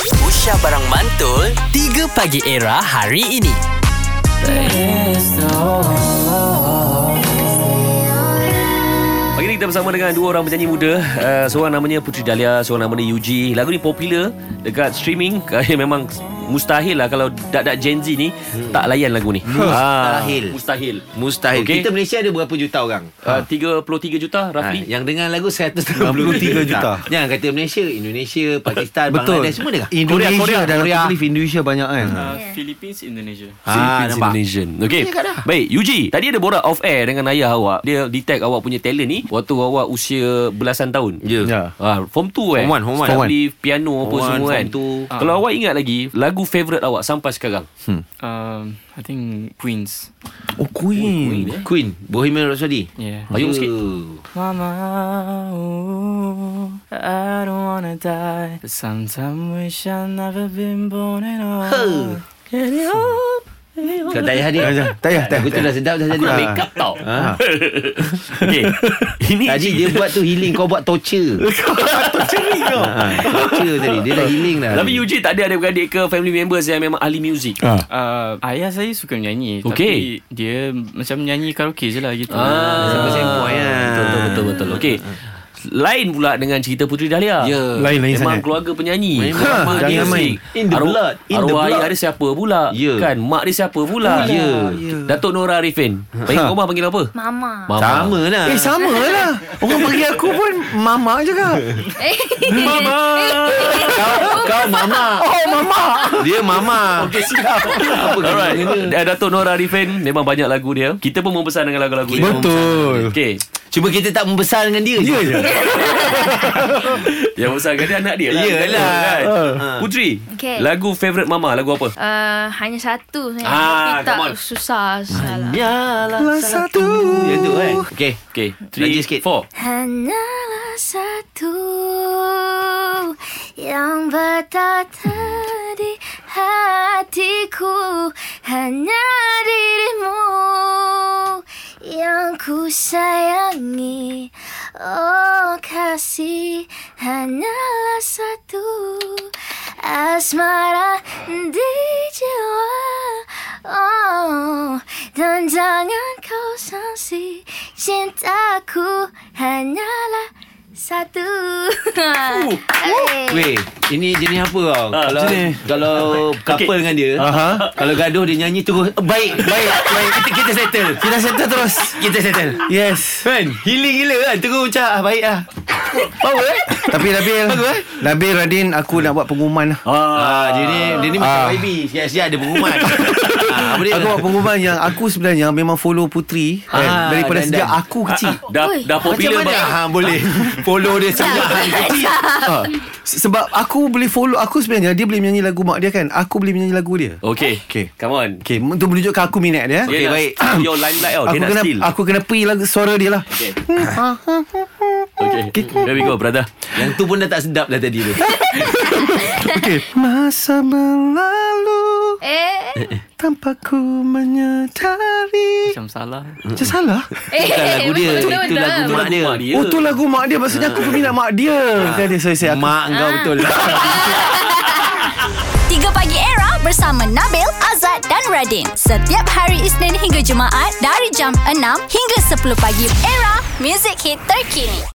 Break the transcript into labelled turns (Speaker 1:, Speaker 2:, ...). Speaker 1: Aisyah Barang Mantul 3 Pagi Era hari ini
Speaker 2: Pagi ni kita bersama dengan dua orang penyanyi muda uh, Seorang namanya Putri Dahlia Seorang namanya Yuji Lagu ni popular dekat streaming Memang mustahil lah kalau dak-dak Gen Z ni hmm. Tak layan lagu ni
Speaker 3: Mustahil.
Speaker 2: ha, Mustahil
Speaker 3: Mustahil.
Speaker 2: Okey.
Speaker 3: Okay. Eh, Kita Malaysia ada berapa juta orang?
Speaker 2: uh, 33 juta
Speaker 3: Ha,
Speaker 2: roughly
Speaker 3: yang dengar lagu 163
Speaker 4: 63 juta.
Speaker 3: Jangan kata Malaysia, Indonesia, Pakistan,
Speaker 4: Betul.
Speaker 3: Bangladesh Ah, semua dengar.
Speaker 4: Indonesia
Speaker 3: Korea,
Speaker 4: dalam
Speaker 3: Korea.
Speaker 4: tulis Indonesia banyak kan.
Speaker 5: Philippines, Indonesia.
Speaker 3: Ah,
Speaker 2: Philippines
Speaker 3: nampak.
Speaker 2: Indonesian Okay Baik Yuji Tadi ada borak off air Dengan ayah awak Dia detect awak punya talent ni Waktu awak usia Belasan tahun
Speaker 3: Ya.
Speaker 4: Ya.
Speaker 2: Ah, form 2 eh
Speaker 3: Form one, form one.
Speaker 2: Start
Speaker 4: Form one.
Speaker 2: beli piano apa
Speaker 3: Form one,
Speaker 2: semua
Speaker 3: form
Speaker 2: kan
Speaker 3: two.
Speaker 2: Kalau awak ingat lagi Lagu favourite awak Sampai sekarang
Speaker 5: Um, I think Queens.
Speaker 4: Oh Queen.
Speaker 3: Queen, Bohemian Rhapsody. Ya.
Speaker 5: Yeah.
Speaker 2: Payung sikit
Speaker 5: Mama, ooh, I don't wanna die. But sometimes wish I never been born at
Speaker 3: Ha.
Speaker 5: all. Can you hope?
Speaker 3: Kau tak payah hadir.
Speaker 4: Ah, jangan. Tak payah, tak
Speaker 3: Lagu tu
Speaker 4: payah.
Speaker 3: dah sedap dah jadi.
Speaker 4: nak
Speaker 3: Ah.
Speaker 4: make
Speaker 2: Cup tau
Speaker 3: Ha?
Speaker 2: Okay Ini
Speaker 3: Tadi dia buat tu healing, kau buat torture. Kau buat torture kau. Torture tadi. Dia dah healing dah.
Speaker 2: Tapi Yuji tak ada adik-beradik ke Family members yang memang ahli muzik
Speaker 4: Ah.
Speaker 5: Uh, ayah saya suka
Speaker 2: Okey.
Speaker 5: menyanyi Tapi dia macam nyanyi karaoke je lah
Speaker 3: Ah.
Speaker 5: gitu
Speaker 3: sempoi lah.
Speaker 2: Ah. Betul betul, betul betul Okay
Speaker 3: Ah.
Speaker 2: lain pula dengan cerita Putri Dahlia.
Speaker 3: Ya.
Speaker 4: Lain-lain
Speaker 2: Memang
Speaker 4: sangat.
Speaker 2: keluarga penyanyi.
Speaker 3: Memang.
Speaker 2: Memang
Speaker 4: Ha, jangan main.
Speaker 3: In the blood. In the
Speaker 2: arwah
Speaker 3: blood.
Speaker 2: ayah dia siapa pula?
Speaker 3: Ya.
Speaker 2: Kan mak dia siapa pula?
Speaker 3: Ya. Ha.
Speaker 2: Datuk Nora Arifin. Panggil rumah panggil apa?
Speaker 6: Mama.
Speaker 2: Mama.
Speaker 3: Sama lah.
Speaker 4: Eh sama lah. Orang bagi aku pun mama je kan.
Speaker 6: Mama.
Speaker 3: Kau, kau mama.
Speaker 4: Oh mama.
Speaker 3: Dia mama.
Speaker 2: Okey silap.
Speaker 3: Apa kau
Speaker 2: Alright.
Speaker 3: ni?
Speaker 2: Eh, Datuk Nora Arifin memang banyak lagu dia. Kita pun mempesan dengan lagu-lagu dia.
Speaker 4: Betul.
Speaker 2: Okey.
Speaker 3: Cuma kita tak membesar dengan dia.
Speaker 4: Dia
Speaker 3: je.
Speaker 4: je.
Speaker 2: Yang besar dia anak dia lah.
Speaker 3: Yelah.
Speaker 2: Kan?
Speaker 3: Ha.
Speaker 2: Putri,
Speaker 6: Okey.
Speaker 2: lagu favourite mama lagu apa?
Speaker 6: Uh, hanya satu sebenarnya.
Speaker 2: Ah,
Speaker 6: Tapi tak
Speaker 2: come on.
Speaker 6: susah lah. salah.
Speaker 3: Yalah
Speaker 4: Salah satu.
Speaker 3: Yang tu kan Okay
Speaker 2: Okay,
Speaker 3: Laju
Speaker 2: three,
Speaker 3: sikit.
Speaker 2: four.
Speaker 6: Hanyalah satu yang bertata di hatiku hanya dirimu yang ku sayangi oh kasih hanyalah satu asmara di jiwa oh dan jangan kau sangsi cintaku hanyalah satu Okay.
Speaker 3: Weh Ini jenis apa tau
Speaker 2: Ah,
Speaker 3: Kalau
Speaker 4: jenis.
Speaker 3: Kalau Couple
Speaker 2: Okey.
Speaker 3: dengan dia
Speaker 4: Aha.
Speaker 3: Kalau gaduh dia nyanyi terus eh, Baik Baik baik Kita, kita settle
Speaker 4: Kita settle terus.
Speaker 3: Kita settle
Speaker 4: Yes.
Speaker 3: Kan Healing gila kan Terus macam ah, Baik lah Power eh
Speaker 4: Tapi Nabil
Speaker 3: Bagus, eh?
Speaker 4: Nabil Radin Aku nak buat pengumuman lah
Speaker 3: Ah, dia ni dia ni macam
Speaker 4: Ah.
Speaker 3: YB Siap-siap ada pengumuman ah, Apa dia
Speaker 4: Aku buat pengumuman yang Aku sebenarnya memang follow Putri kan,
Speaker 3: Ah,
Speaker 4: Daripada
Speaker 3: dan-
Speaker 4: sejak
Speaker 3: dan.
Speaker 4: aku kecil
Speaker 2: Dah
Speaker 6: Oi,
Speaker 2: dah
Speaker 3: Macam
Speaker 2: popular
Speaker 3: mana
Speaker 2: mak.
Speaker 3: ha, Boleh Follow dia sejak
Speaker 4: ha. Sebab aku boleh follow Aku sebenarnya Dia boleh menyanyi lagu mak dia kan Aku boleh menyanyi lagu dia
Speaker 2: Okay.
Speaker 4: Okey.
Speaker 2: Come on.
Speaker 4: Okay Untuk menunjukkan aku minat dia eh.
Speaker 2: Dia
Speaker 3: Okey,
Speaker 2: nak
Speaker 3: baik.
Speaker 2: steal Your limelight tau. Dia
Speaker 4: Aku
Speaker 2: nak
Speaker 4: kena
Speaker 2: steal.
Speaker 4: aku kena pergi lagu suara dia lah.
Speaker 2: Okay. okay. There we go, brother.
Speaker 3: Yang tu pun dah tak sedap dah tadi tu
Speaker 4: Okay. Masa berlalu
Speaker 6: Eh,
Speaker 4: tanpa ku menyedari.
Speaker 5: Macam salah
Speaker 4: Macam salah.
Speaker 3: Bukan lagu dia
Speaker 6: betul
Speaker 3: Itu
Speaker 6: eh, dah.
Speaker 3: lagu mak dia
Speaker 2: Mak dia.
Speaker 4: Oh tu lagu mak dia maksudnya aku peminat mak dia. Kan dia saya saya aku.
Speaker 3: Mak kau betul
Speaker 7: 3 Pagi Era bersama Nabil, Azad dan Radin. Setiap hari Isnin hingga Jumaat dari jam 6 hingga 10 pagi. Era, music hit terkini.